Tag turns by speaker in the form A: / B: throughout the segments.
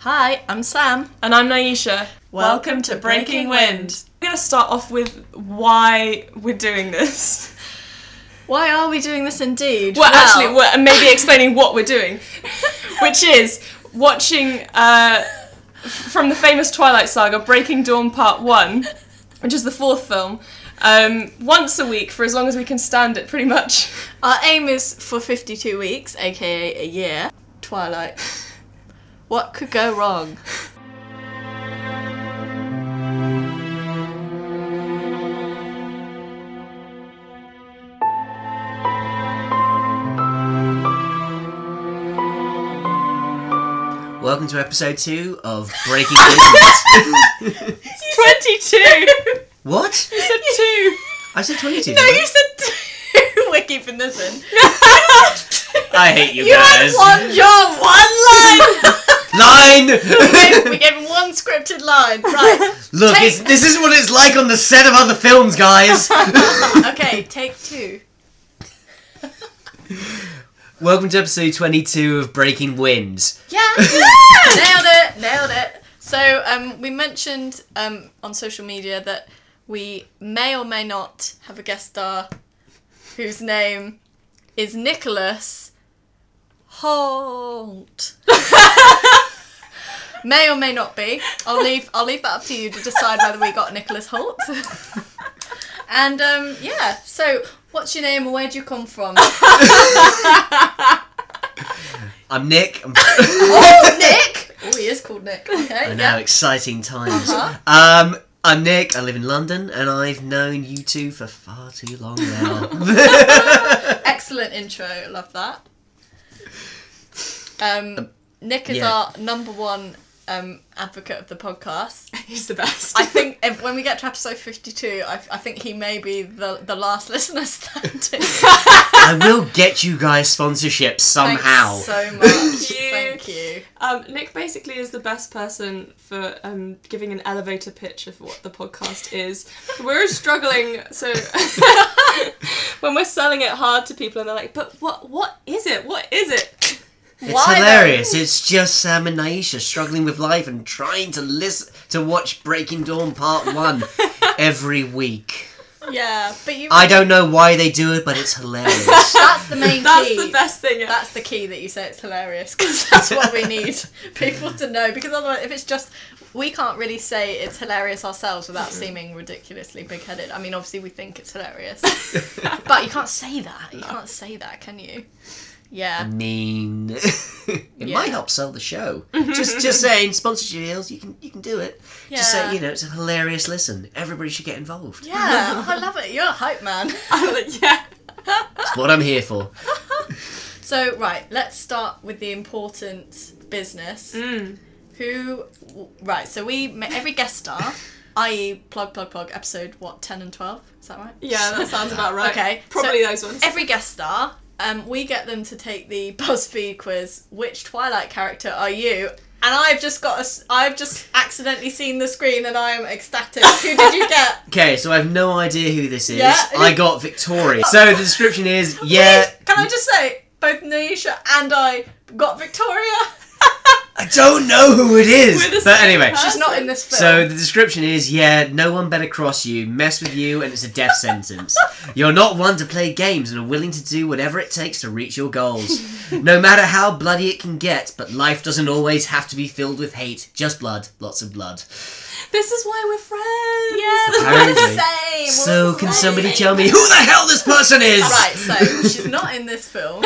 A: Hi, I'm Sam.
B: And I'm Naisha. Welcome, to Breaking Wind. We're going to start off with why we're doing this.
A: Why are we doing this indeed?
B: Well, actually, we're and maybe explaining what we're doing, which is watching uh, f- from the famous Twilight Saga Breaking Dawn Part 1, which is the fourth film, um, once a week for as long as we can stand it, pretty much.
A: our aim is for 52 weeks, aka a year. Twilight. What could go wrong?
C: Welcome to episode two of Breaking Wind.
B: 22! you
C: what?
B: said two!
C: I said 22.
B: No,
C: didn't I?
B: you said two!
A: We're keeping this in.
C: I hate you,
A: You
C: guys.
A: had one job, one line! we
C: Nine!
A: gave one scripted line. Right.
C: Look, it's, this is what it's like on the set of other films, guys.
A: Okay, take two.
C: Welcome to episode 22 of Breaking Wind.
A: Yeah. nailed it. Nailed it. So um, we mentioned um, on social media that we may or may not have a guest star whose name is Nicholas Holt. may or may not be. I'll leave. I'll leave that up to you to decide whether we got Nicholas Holt. and um, yeah. So what's your name and where do you come from?
C: I'm Nick. I'm,
A: oh, Nick. Oh, he is called Nick. Okay.
C: I know,
A: yeah.
C: exciting times.
A: Uh-huh.
C: Um, I'm Nick. I live in London, and I've known you two for far too long now.
A: Excellent intro, love that. Um, Nick is
C: yeah.
A: our number one um, advocate of the podcast.
B: He's the best.
A: I think if, when we get to episode 52, I, I think he may be the, the last listener standing.
C: I will get you guys sponsorship somehow.
A: Thanks so much.
B: you.
A: Thank you.
B: Um, Nick basically is the best person for um, giving an elevator pitch of what the podcast is. We're struggling, so when we're selling it hard to people, and they're like, "But what? What is it? What is it?"
C: It's
A: Why though?
C: hilarious. It's just Sam and Naisha struggling with life and trying to listen to watch Breaking Dawn Part One every week.
A: Yeah, but you.
C: I don't know why they do it, but it's hilarious.
A: That's the main
B: That's
A: key.
B: the best thing.
A: That's the key that you say it's hilarious because that's what we need people to know. Because otherwise, if it's just we can't really say it's hilarious ourselves without seeming ridiculously big-headed. I mean, obviously we think it's hilarious, but you can't say that. You can't say that, can you?
C: I
A: Yeah,
C: Mm. mean, it
A: Yeah. Mm-hmm.
C: might help sell the show. just, just saying, sponsorship deals. You can, you can do it. Just
A: Yeah.
C: say, you know, it's a hilarious listen. Everybody should get involved.
A: yeah. I love it. You're a hype man.
B: yeah.
C: That's what I'm here for.
A: So right, let's start with the important business.
B: Mm.
A: Who? Right. So we ma- every guest star, i.e., plug plug plug episode what ten and twelve. Is that right?
B: Yeah, that sounds about right.
A: Okay,
B: probably those ones.
A: every guest star, um, we get them to take the BuzzFeed quiz. Which Twilight character are you? And I've just got a, s- I've just accidentally seen the screen and I am ecstatic. Who did you get?
C: Okay, so I have no idea who this is.
A: Yeah.
C: I got Victoria. So the description is, yeah,
A: Can I just say, both Naisha and I got Victoria.
C: I don't know who it
B: We're the
C: is. But
B: same
C: anyway,
A: She's not in this film.
C: So the description is, yeah, no one better cross you, mess with you, and it's a death sentence. You're not one to play games and are willing to do whatever it takes to reach your goals. No matter how bloody it can get, but life doesn't always have to be filled with hate. Just blood, lots of blood.
B: This is why we're friends.
A: yeah, we're the
C: Apparently.
A: same. we're
C: So
A: the
C: can
A: same.
C: somebody tell me who the hell this person is?
A: Right, so she's not in this film.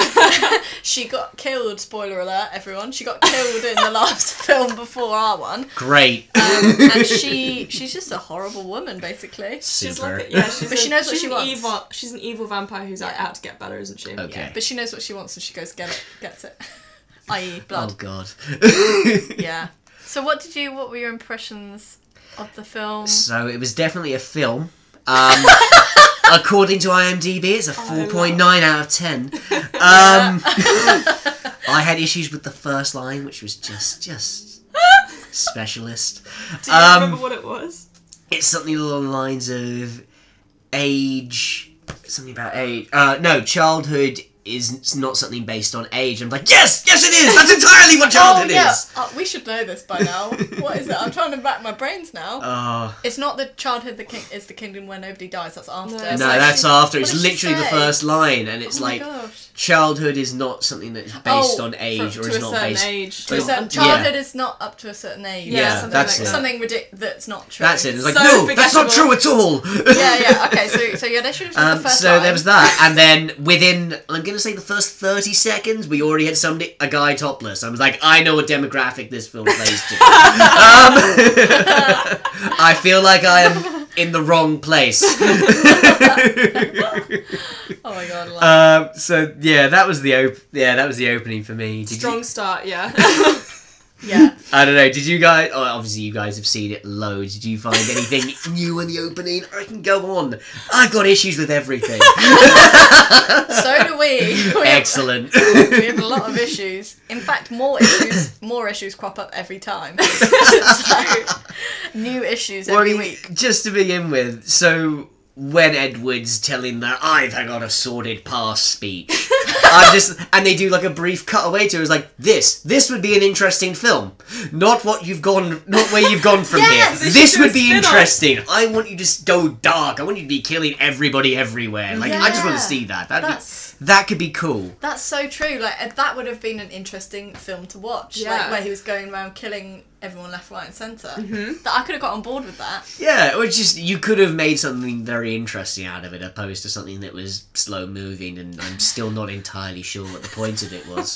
A: she got killed. Spoiler alert, everyone. She got killed in the last film before our one.
C: Great.
A: Um, and she she's just a horrible woman, basically.
B: She's
C: Super. Oh,
B: like, a- yeah, she's
A: But
B: a-
A: she knows what
B: she's
A: she
B: an
A: wants.
B: Evil, she's an evil vampire who's like,
A: Yeah.
B: out to get better, isn't she?
C: Okay.
A: But she knows what she wants, and she goes get it, gets it. I.e.
C: Oh
A: blood.
C: god.
A: Yeah. So what did you? What were your impressions of the film?
C: So it was definitely a film. Um, according to IMDb,
A: Oh,
C: it's a four point nine out of ten.
A: Uh,
C: Um, I had issues with the first line, which was just just
A: Oh,
C: specialist.
B: Do you
C: Um,
B: remember what it was?
C: It's something along the lines of age, something about age. Uh, no, childhood is not something based on age. I'm like, yes, yes, it is. That's entirely
A: Oh,
C: what childhood is.
A: Uh, we should know this by now. what is it? I'm trying to rack my brains now.
C: Oh.
A: it's not the childhood. The king is the kingdom where nobody dies. That's after.
B: No,
A: It's
C: No,
A: like-
C: that's after.
A: what
C: It's
A: did she
C: literally the
A: say?
C: first line, and it's
A: Oh my
C: like
A: gosh.
C: childhood is not something that's based
A: Oh,
C: on age
A: for-
C: or
B: to
C: is
B: a
C: not
B: certain
C: based.
B: age.
A: To a certain,
C: Yeah.
A: childhood is not up to a certain age.
B: Yeah,
A: something
C: that's
A: like
C: it.
A: something ridic- that's not true.
C: That's it. It's like
B: So
C: no, that's not true at all.
A: yeah, yeah. Okay, so so yeah, they should have done
C: Um,
A: the first
C: so
A: line.
C: there was that, and then within I'm gonna say the first thirty seconds, we already had somebody a guy topless. I was like, I know what demographic this film plays to. um, I feel like I am in the wrong place.
A: Oh my god. Like,
C: um, so yeah, that was the op- yeah that was the opening for me. Did
B: Strong
C: you,
B: start, yeah.
A: yeah.
C: I don't know. Did you guys? Oh, obviously, you guys have seen it loads. Did you find anything new in the opening? I can go on. I've got issues with everything.
A: So do we. we have,
C: Excellent.
A: we have a lot of issues. In fact, more issues, more issues crop up every time. so, new issues
C: Well, I
A: every
C: mean,
A: week.
C: Just to begin with, so when Edward's telling that I've got a sordid past speech, I'm just and they do like a brief cutaway to it, it's like this. This would be an interesting film, not what you've gone, not where you've gone from
A: Yes,
B: they
C: here. This
B: should do
C: would
B: a
C: be
B: spin-off.
C: interesting. I want you to just go dark. I want you to be killing everybody everywhere. Like I just want
A: Yeah.
C: to see that. That'd
A: That's-
C: be, that could be cool.
A: That's so true. Like uh, that would have been an interesting film to watch.
B: Yeah.
A: Like where he was going around killing everyone left, right, and center That I could have got on board with that.
C: Yeah, or just you could have made something very interesting out of it, opposed to something that was slow moving, and I'm still not entirely sure what the point of it was.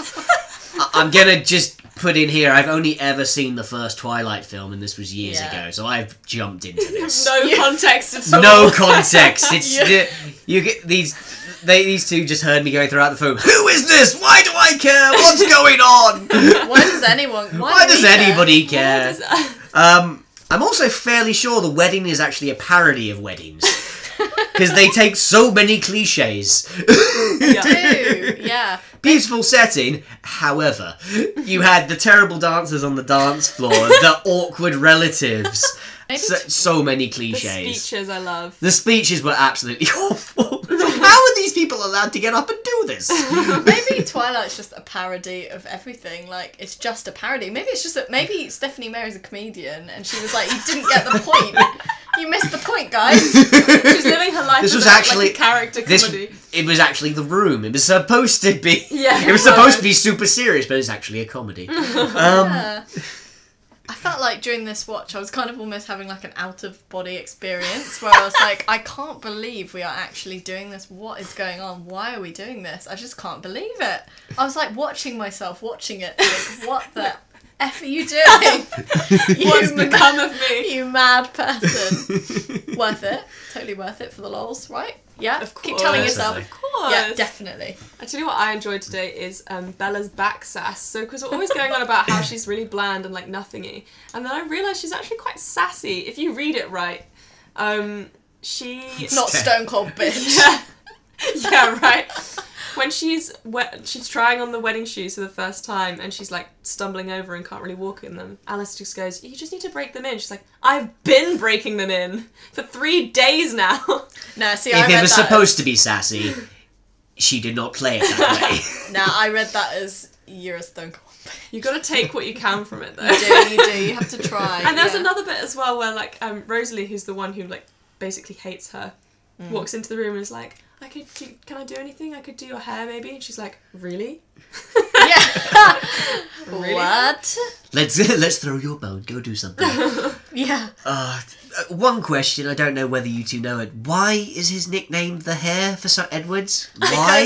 C: I- I'm gonna just put in here. I've only ever seen the first Twilight film, and this was years
A: Yeah.
C: ago, so I've jumped into this.
B: no context at all.
C: No context. It's
A: Yeah.
C: ju- you get these. They, these two just heard me going throughout the film. Who is this? Why do I care? What's going on?
A: Why does anyone? Why,
C: Why
A: do we
C: does
A: care?
C: anybody
B: Why
C: care?
B: does that- uh,
C: Um, I'm also fairly sure the wedding is actually a parody of weddings because they take so many cliches.
A: do? Yeah.
C: Beautiful setting, however, you had the terrible dancers on the dance floor, the awkward relatives,
A: Maybe
C: so, so many
B: The
C: cliches.
B: speeches I love.
C: The speeches were absolutely awful. How are these people allowed to get up and do this?
A: Maybe Twilight's just a parody of everything. Like it's just a parody. Maybe it's just that maybe Stephanie Mary's a comedian and she was like, "You didn't get the point. You missed the point, guys."
B: She's living her life
C: This
B: as
C: was
B: a- like
C: actually-
B: a character
C: This
B: comedy.
C: it was actually the room. It was supposed to be.
B: Yeah.
C: It was supposed to be super serious, but it's actually a comedy. Um,
A: Yeah. I felt like during this watch, I was kind of almost having like an out of body experience where I was like, "I can't believe we are actually doing this. What is going on? Why are we doing this? I just can't believe it." I was like watching myself, watching it. Like, what the f are you doing? You
B: What's
A: ma-
B: become of me?
A: You mad person. worth it. Totally worth it for the lols, right? Yeah.
B: Of
A: Keep telling
B: course.
A: yourself.
C: Definitely.
B: Of course.
A: Yeah, definitely.
B: Actually, what I enjoyed today is um, Bella's back sass. So, because we're always going on about how she's really bland and like nothingy, and then I realised she's actually quite sassy if you read it right. Um, she
A: Not
C: Okay.
A: stone cold bitch.
B: yeah, yeah, right. When she's we- she's trying on the wedding shoes for the first time, and she's like stumbling over and can't really walk in them. Alice just goes, "You just need to break them in." She's like, "I've been breaking them in for three days now."
A: No, see, I
C: if
A: read
C: it was
A: that
C: supposed to be sassy, she did not play it that way.
A: As, nah, I read that as you're a stone cold bitch.
B: You got to take what you can from it, though.
A: You do, you do. You have to try.
B: And there's
A: yeah.
B: another bit as well where like um, Rosalie, who's the one who like basically hates her,
A: Mm.
B: walks into the room and is like, "I could do, can I do anything? I could do your hair maybe." And she's like, "Really?
A: Yeah.
B: Really?
A: What?
C: let's let's throw your bone. Go do something.
A: Yeah.
C: Uh, uh, one question. I don't know whether you two know it. Why is his nickname the Hair for Sir Edwards? Why?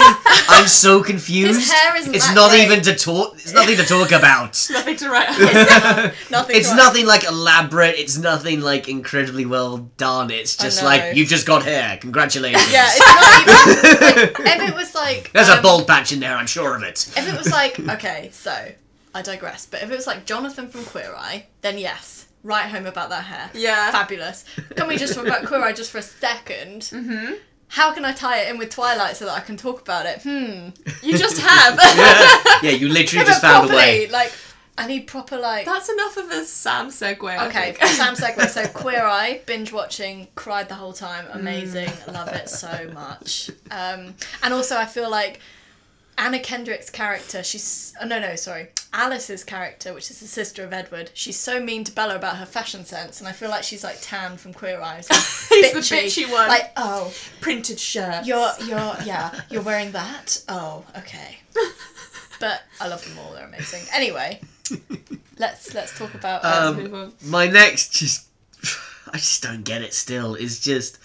C: I'm so confused.
A: His hair isn't
C: It's
A: that
C: not
A: great.
C: even to talk. It's nothing to talk about.
B: Nothing to write." home.
A: Nothing.
C: It's
A: to-
C: nothing like elaborate. It's nothing like incredibly well done. It's just
A: know.
C: like you've just got hair. Congratulations.
A: Yeah, it's not even. Like, if it was like.
C: There's a
A: um,
C: bald patch in there. I'm sure of it.
A: If it was like, okay, so I digress, but if it was like Jonathan from Queer Eye, then yes, write home about that hair.
B: Yeah.
A: Fabulous. Can we just talk about Queer Eye just for a 2nd Mm-hmm. How can I tie it in with Twilight so that I can talk about it? Hmm. You just have.
C: yeah, Yeah, you literally
A: But
C: just found
A: properly,
C: a way.
A: Like, I need proper, like.
B: That's enough of a Sam segue. I
A: Okay,
B: think.
A: Sam segue. So Queer Eye, binge watching, cried the whole
C: Hmm.
A: time. Amazing, love it so much. Um, and also, I feel like Anna Kendrick's character, she's oh, no no sorry Alice's character, which is the sister of Edward. She's so mean to Bella about her fashion sense, and I feel like she's like tan from Queer Eyes.
B: He's the bitchy one.
A: Like oh,
B: printed shirts.
A: you're you're yeah, you're wearing that. Oh okay. But I love them all. They're amazing. Anyway, let's let's talk about. Um,
B: Move on.
C: my next just I just don't get it still is just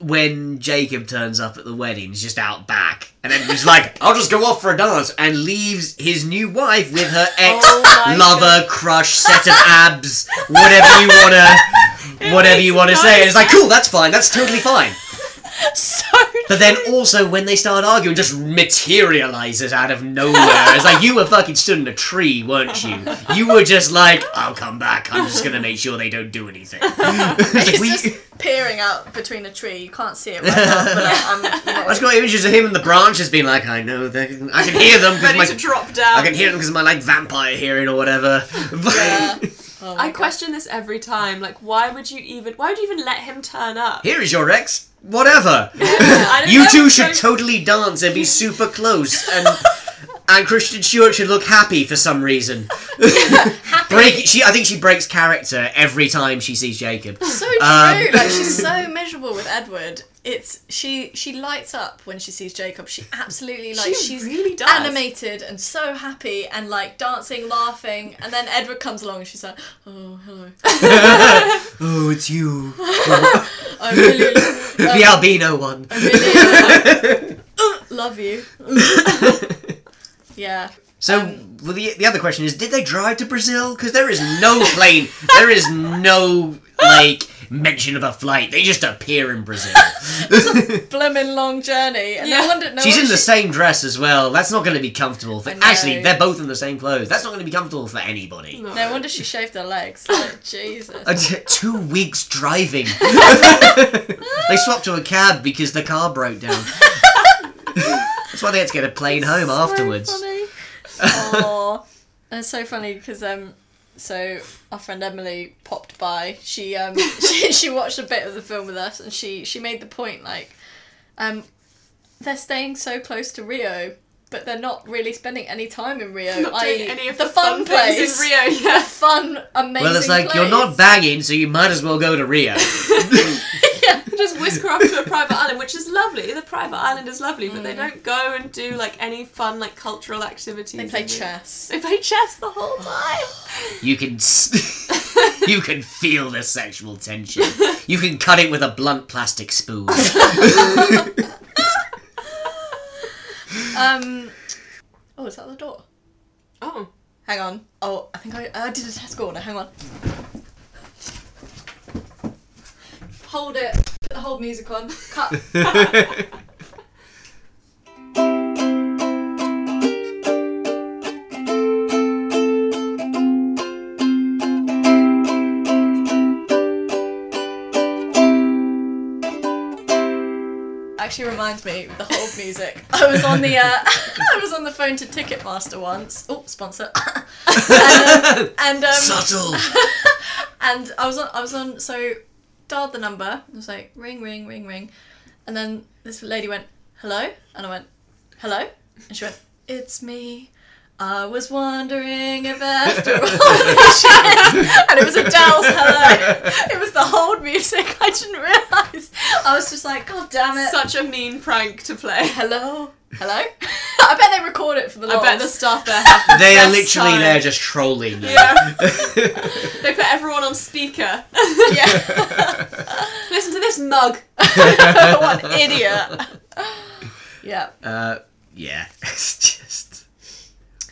C: when Jacob turns up at the wedding, he's just out back, and then he's like, "I'll just go off for a dance," and leaves his new wife with her ex
B: Oh my
C: lover, crush, set of abs, whatever you wanna, whatever
B: makes
C: you wanna
B: no
C: say. And it's like, cool, that's fine, that's totally fine.
B: So
C: But then also when they start arguing, just materializes out of nowhere. It's like you were fucking stood in a tree, weren't you? You were just like, I'll come back. I'm just gonna make sure they don't do anything. It's like,
A: He's
C: we-
A: just peering out between a tree. You can't see it right now, but like, I'm. You know,
C: I just got images of him in the branches being like, I know they can, I can hear them because
B: ready
C: my
B: to drop down.
C: I can hear them because of my like vampire hearing or whatever. But-
A: Yeah. Oh my
B: I question this every time. Like, why would you even? Why would you even let him turn up?
C: Here is your ex. Whatever.
B: I don't
C: You
B: know,
C: two
B: so-
C: should totally dance and be super close and. And Christian Stewart should look happy for some reason.
A: Happy.
C: Break, she, I think she breaks character every time she sees Jacob.
A: so true.
C: Um,
A: like she's so miserable with Edward. It's she. She lights up when she sees Jacob. She absolutely like
B: She
A: she's
B: really does.
A: animated and so happy and like dancing, laughing. And then Edward comes along and she's like, "Oh, hello.
C: Oh, it's you,
A: I really,
C: the albino one.
A: really love you." yeah.
C: So well, the the other question is, did they drive to Brazil? Because there is no plane, there is no like mention of a flight. They just appear in Brazil.
A: Blooming long journey. And
B: Yeah.
A: no wonder. No
C: She's in
A: wonder
C: the same dress as well. That's not going to be comfortable for.
A: know.
C: Actually, they're both in the same clothes. That's not going to be comfortable for anybody.
A: she, no wonder she shaved her legs. Like, Jesus.
C: Uh, t- two weeks driving. they swapped to a cab because the car broke down. That's why they had to get a plane home afterwards.
A: Oh, it's so funny because um, so our friend Emily popped by. She um, she, she watched a bit of the film with us, and she she made the point like, um, they're staying so close to Rio, but they're not really spending any time in Rio.
B: Not doing
A: i.e.
B: any of
A: the,
B: the,
A: fun,
B: things
A: place,
B: in Rio. Yeah.
A: fun amazing.
C: Well, it's like
A: place.
C: you're not banging, so you might as well go to Rio.
A: yeah.
B: just whisk her off to a private island, which is lovely. The private island is lovely, but
A: Mm.
B: they don't go and do like any fun like cultural activities.
A: They play
B: in it.
A: chess.
B: They play chess the whole time.
C: You can s- you can feel the sexual tension. You can cut it with a blunt plastic spoon.
A: Um, oh, is that the door?
B: oh,
A: Hang on. Oh, I think I, I did a task order. Hang on. Hold it. Put the whole music on. Cut. Actually reminds me of the whole music. I was on the uh, I was on the phone to Ticketmaster once. Oh, sponsor. and um, and, um,
C: Subtle.
A: and I was on, I was on, so dialed the number. I was like, ring, ring, ring, ring. And then this lady went, hello? And I went, hello? And she went, it's me. I was wondering if after all this shit. And it was Adele's hello. It was the whole music. I didn't realise. I was just like, God damn it.
B: such a mean prank to play.
A: hello? Hello? I bet they record it for the
B: I
A: lols.
B: bet the staff there have the
C: They are
B: best
C: literally
B: time.
C: there just trolling you.
B: Yeah. they put everyone on speaker.
A: Yeah.
B: Listen to this mug.
A: what an idiot. yeah.
C: Uh, yeah. It's just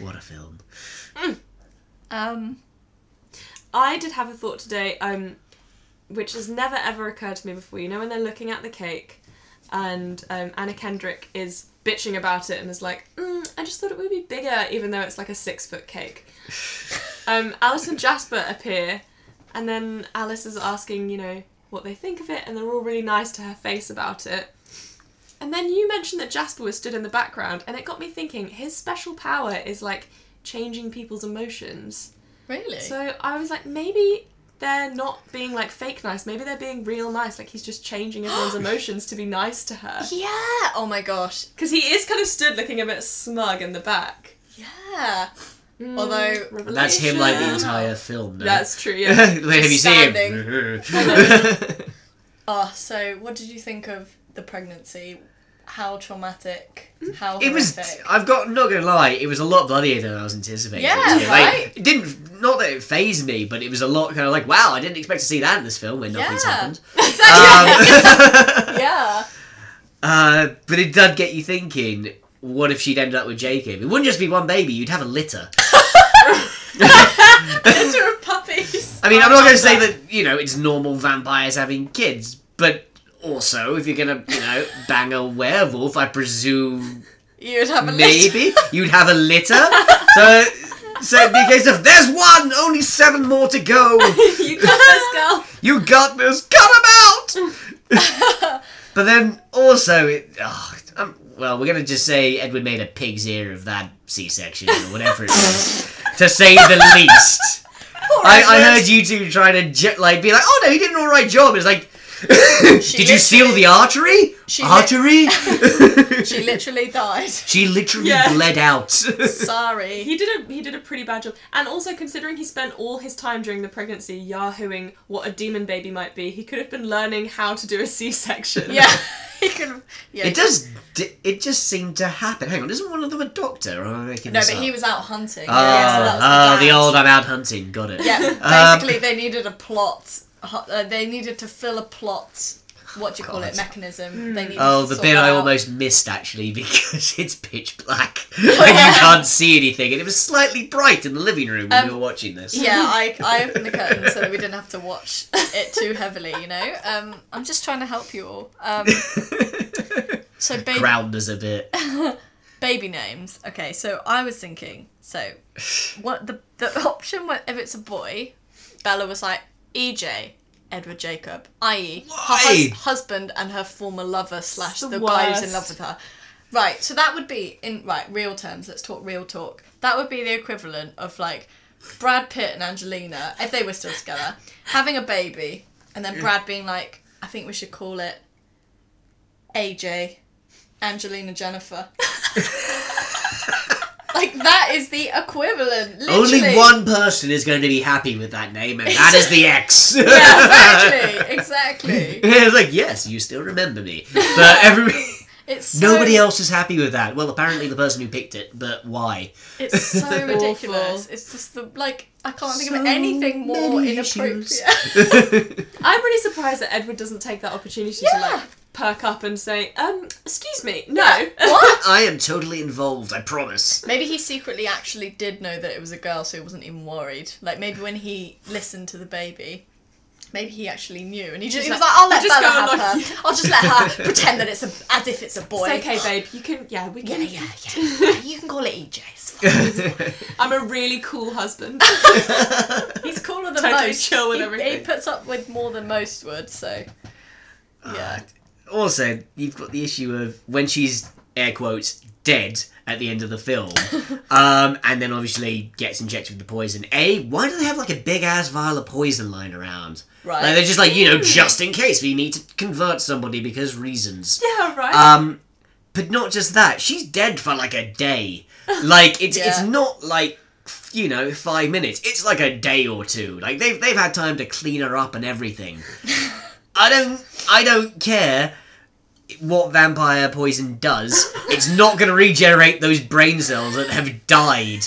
C: what a film.
A: Um.
B: I did have a thought today, um, which has never ever occurred to me before. You know, when they're looking at the cake, and um, Anna Kendrick is bitching about it and is like, mm, "I just thought it would be bigger, even though it's like a six foot cake." um, Alice and Jasper appear, and then Alice is asking, you know, what they think of it, and they're all really nice to her face about it. And then you mentioned that Jasper was stood in the background, and it got me thinking. His special power is like changing people's emotions.
A: Really?
B: So I was like, maybe they're not being like fake nice. Maybe they're being real nice. Like he's just changing everyone's emotions to be nice to her.
A: Yeah. Oh my gosh.
B: Because he is kind of stood looking a bit smug in the back.
A: Yeah. Although
C: And that's him like
B: Mm,
C: the
B: Revelation.
C: entire film. No?
B: That's true.
C: Like,
B: Yeah.
C: have you seen him?
A: Oh, so what did you think of the pregnancy? How traumatic? How
C: Mm, it was.
A: horrific?
C: I've got not gonna lie. It was a lot bloodier than I was anticipating.
A: Yeah,
C: Like,
A: right?
C: It didn't. Not that it phased me, but it was a lot kind of like, wow, I didn't expect to see that in this film when nothing's
A: Yeah.
C: happened. Um,
A: yeah.
C: Uh, but it did get you thinking. What if she'd ended up with Jacob? It wouldn't just be one baby. You'd have a litter.
A: Litter of puppies.
C: I mean, I'm not going to say that you know it's normal vampires having kids, but also if you're going to you know bang a werewolf, I presume
A: You'd have a litter.
C: maybe you'd have a litter. So, so it'd be a case of there's one, only seven more to go.
B: you got this girl.
C: You got this, cut 'em out. but then also, it, oh, um, well, we're gonna just say Edwin made a pig's ear of that C-section or whatever it was, to say the least. I, I heard you two trying to ju- like be like, oh no, he did an all right job. It's like, did you seal the artery?
A: She lit-
C: artery?
A: She literally died.
C: She literally
B: Yeah.
C: bled out.
A: Sorry.
B: He did a he did a pretty bad job. And also considering he spent all his time during the pregnancy yahooing what a demon baby might be, he could have been learning how to do a C section.
A: Yeah. He could. Yeah.
C: It does. d- It just seemed to happen. Hang on, isn't one of them a doctor? Or am I making
A: No,
C: this
A: but
C: up?
A: he was out hunting.
C: Oh,
A: yeah, so that
C: oh,
A: was
C: the,
A: dad.
C: old I'm out hunting. Got it.
A: Yeah.
C: Um,
A: Basically, they needed a plot. Uh, they needed to fill a plot. What do you call
C: God.
A: it? Mechanism. They needed
C: Oh,
A: to
C: the
A: sort
C: bit
A: that
C: I
A: out.
C: almost missed actually because it's pitch black and you can't see anything, and it was slightly bright in the living room when we
A: Um,
C: were watching this.
A: Yeah, I, I opened the curtain so that we didn't have to watch it too heavily, you know? Um, I'm just trying to help you all. Um, so, ba-
C: Ground us a bit.
A: baby names. Okay, so I was thinking, so what the, the option, wa- if it's a boy, Bella was like, EJ. Edward Jacob, i.e., her hus-
C: Why?
A: husband and her former lover slash
B: the
A: the, guy who's in
B: worst.
A: love with her. Right, so that would be in right real terms. Let's talk real talk. That would be the equivalent of like Brad Pitt and Angelina, if they were still together, having a baby, and
C: Mm.
A: then Brad being like, I think we should call it AJ, Angelina Jennifer. like that is the equivalent. Literally.
C: Only one person is going to be happy with that name, and that is the ex.
A: Yeah, exactly, exactly.
C: it's like yes, you still remember me, but everybody,
A: It's so,
C: nobody else is happy with that. Well, apparently the person who picked it, but why?
A: It's so
B: Awful.
A: ridiculous. It's just the like I can't think
C: So
A: of anything more
C: many
A: inappropriate.
C: issues.
B: I'm really surprised that Edward doesn't take that opportunity to
A: Yeah.
B: like perk up and say, um, excuse me, no.
A: what?
C: I am totally involved. I promise.
A: Maybe he secretly actually did know that it was a girl, so he wasn't even worried. Like maybe when he listened to the baby, maybe he actually knew, and he just he was like, "I'll let
B: just
A: Bella
B: go
A: have
B: and
A: her.
B: like-
A: I'll just let her pretend that it's a, as if it's a boy."
B: It's okay, babe. You can, yeah, we
A: Yeah,
B: can.
A: yeah, yeah, yeah. You can call it EJ. It's fine.
B: I'm a really cool husband.
A: He's cooler than
B: Totally
A: most.
B: chill with
A: he,
B: everything.
A: He puts up with more than most would. So,
B: Ah.
A: yeah,
C: Uh, also, you've got the issue of when she's air quotes dead at the end of the film, um, and then obviously gets injected with the poison. A, why do they have like a big ass vial of poison lying around?
A: Right.
C: Like they're just like you know, just in case we need to convert somebody because reasons.
B: yeah, right.
A: Uh,
C: Um, but not just that, she's dead for like a day. Like it's it's
A: Yeah.
C: not like f- you know five minutes. It's like a day or two. Like they've they've had time to clean her up and everything. I don't I don't care what vampire poison does. It's not going to regenerate those brain cells that have died.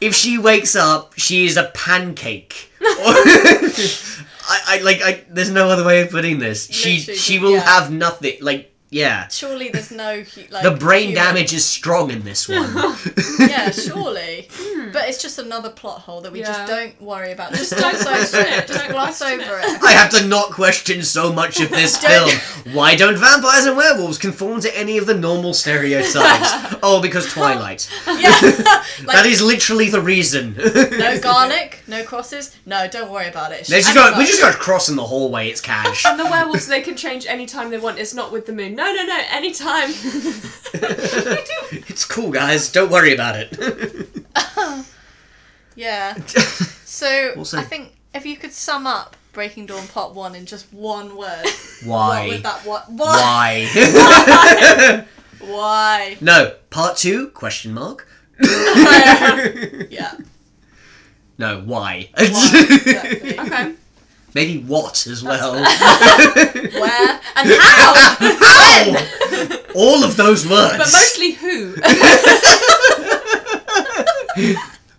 C: If she wakes up, she is a pancake. I, I like I. There's no other way of putting this. She
A: Literally,
C: she will
A: yeah.
C: have nothing. Like yeah.
A: surely there's no hu- like
C: The brain
A: human-
C: damage is strong in this one.
A: Yeah, surely. but it's just another plot hole that we
B: Hmm. Yeah.
A: just don't worry about. Just
B: don't
A: gloss
B: question
A: over
B: it,
A: it. Just
B: don't
A: gloss
B: question
A: over
B: it.
A: it.
C: I have to not question so much of this film. Why don't vampires and werewolves conform to any of the normal stereotypes? oh, because Twilight.
A: Yeah. like,
C: that is literally the reason.
A: no garlic, no crosses. No, don't worry about it. It's
C: They just
A: and
C: got, we just got a cross in the hallway. It's cash.
B: and the werewolves, they can change any time they want. It's not with the moon. No, no, no, anytime.
C: it's cool, guys. Don't worry about it.
A: Yeah. So
C: Also-
A: I think if you could sum up Breaking Dawn Part One in just one word, what
C: Why?
A: would that what why
C: Why?
A: why?
C: no. Part two? Question mark.
A: yeah.
C: no. Why?
A: exactly.
B: Okay.
C: Maybe what as well.
A: Where and how?
C: Ow! All of those words.
B: But mostly who?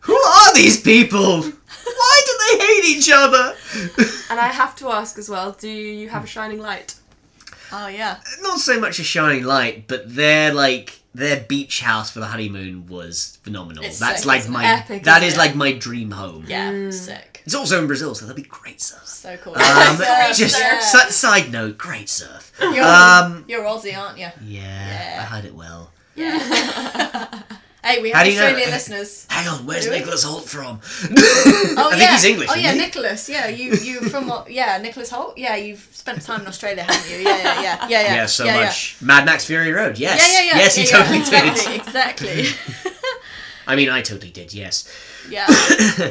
C: Who are these people? Why do they hate each other?
B: and I have to ask as well, do you have a shining light?
A: Oh yeah.
C: Not so much a shining light, but their like their beach house for the honeymoon was phenomenal.
A: It's
C: That's
A: sick,
C: like
A: isn't it?
C: my
B: Epic,
C: that
B: isn't
C: is
B: it?
C: like my dream home.
A: Yeah. Sick.
C: It's also in Brazil, so that'd be great surf.
A: So cool.
C: Um,
A: Surf,
C: just
A: surf.
C: si- side note, great surf.
A: you're,
C: Um,
A: you're Aussie, aren't you? Yeah.
C: yeah, I had it well.
A: Hey, we
C: How
A: have
C: do you know?
A: Australian listeners.
C: Hang on, where's
A: Really?
C: Nicholas Holt from?
A: Oh
C: I
A: yeah.
C: think he's English.
A: Oh
C: isn't
A: yeah,
C: he?
A: Nicholas. Yeah, you you from what? Yeah, Nicholas Holt. Yeah, you've spent time in Australia, haven't you? Yeah, yeah, yeah, yeah, yeah.
C: yeah, so
A: yeah, yeah.
C: much. Mad Max Fury Road. Yes,
A: Yeah, yeah, yeah.
C: yes,
A: yeah,
C: he
A: yeah,
C: totally did.
A: exactly, Exactly.
C: I mean, I totally did. Yes.
A: yeah.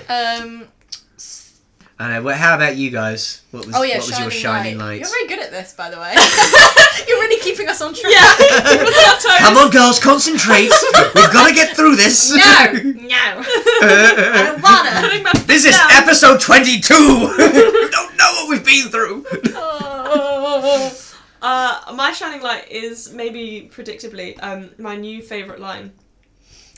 A: Um,
C: I know. uh, Well, how about you guys? What was,
A: oh yeah,
C: what was
A: shining
C: your shining light?
A: You're very good at this, by the way. You're really keeping us on track.
C: Come on, girls, concentrate. We've got to get through this.
A: No, no, I don't wanna.
C: this is episode 22. We don't know what we've been through.
A: Oh.
B: Uh, my shining light is maybe predictably um, my new favourite line,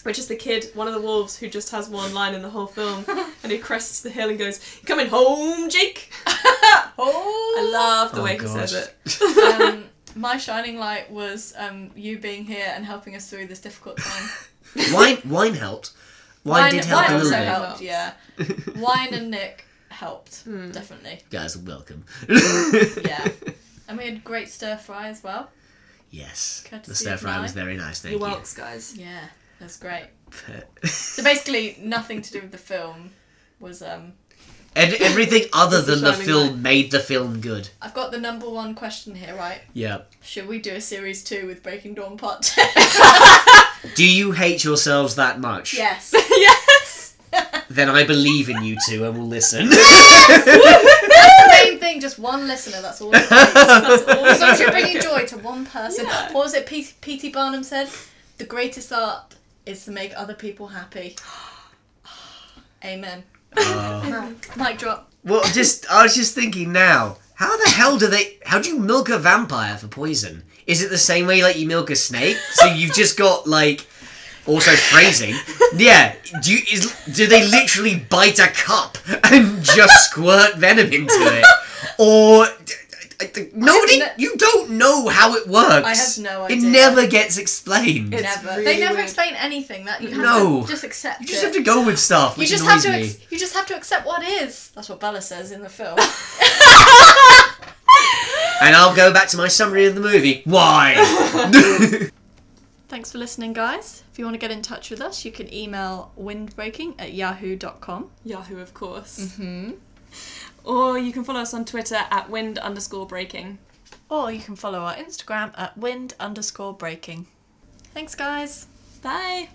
B: which is the kid, one of the wolves, who just has one line in the whole film, and he crests the hill and goes, "Coming home, Jake." I
A: Oh,
B: love the
C: Oh,
B: way he
C: gosh.
B: says it.
A: um, my shining light was um, you being here and helping us through this difficult time.
C: Wine, wine helped. Wine, did help
A: wine
C: a
A: also
C: little bit.
A: helped. Yeah, wine and Nick helped
C: Hmm.
A: definitely.
C: Guys, welcome.
A: Yeah, and we had great stir fry as well.
C: Yes.
A: Courtesy
C: the stir
A: of
C: fry
A: mine.
C: was very nice. Thank
B: Your
C: you.
B: whelks, guys.
A: Yeah, that's great.
C: But-
A: So basically, nothing to do with the film was. Um,
C: and everything other
B: This is
C: than the
B: shining
C: film made the film good.
A: I've got the number one question here, right?
C: Yeah.
A: Should we do a series two with Breaking Dawn Part Two?
C: Do you hate yourselves that much?
A: yes.
B: yes.
C: Then I believe in you two and will listen.
A: Same thing, just one listener. That's all. it takes. As long as you're bringing joy to one person.
B: Yeah.
A: What was it P- P.T. Barnum said? The greatest art is to make other people happy. Amen.
C: Oh.
A: Mic drop.
C: Well, just I was just thinking now. How the hell do they? How do you milk a vampire for poison? Is it the same way like you milk a snake? So you've just got like also phrasing. Yeah. Do you, is do they literally bite a cup and just squirt venom into it, or? d- d- d- Nobody,
A: I've ne-
C: you don't know how it works.
A: I have no
C: It
A: idea.
C: never gets explained.
B: It's
A: never.
B: really
A: they never
B: weird.
A: explain anything. That you have
C: No.
A: to just accept
C: you just
A: it.
C: have to go with stuff,
A: you
C: which
A: just have
C: annoys
A: to.
C: me.
A: Ex- you just have to accept what is. That's what Bella says in the film.
C: and I'll go back to my summary of the movie. Why?
A: Thanks for listening, guys. If you want to get in touch with us, you can email windbreaking at yahoo.com.
B: Yahoo, of course. Mm-hmm. Or you can follow us on Twitter at wind underscore breaking.
A: Or you can follow our Instagram at wind underscore breaking. Thanks, guys.
B: Bye.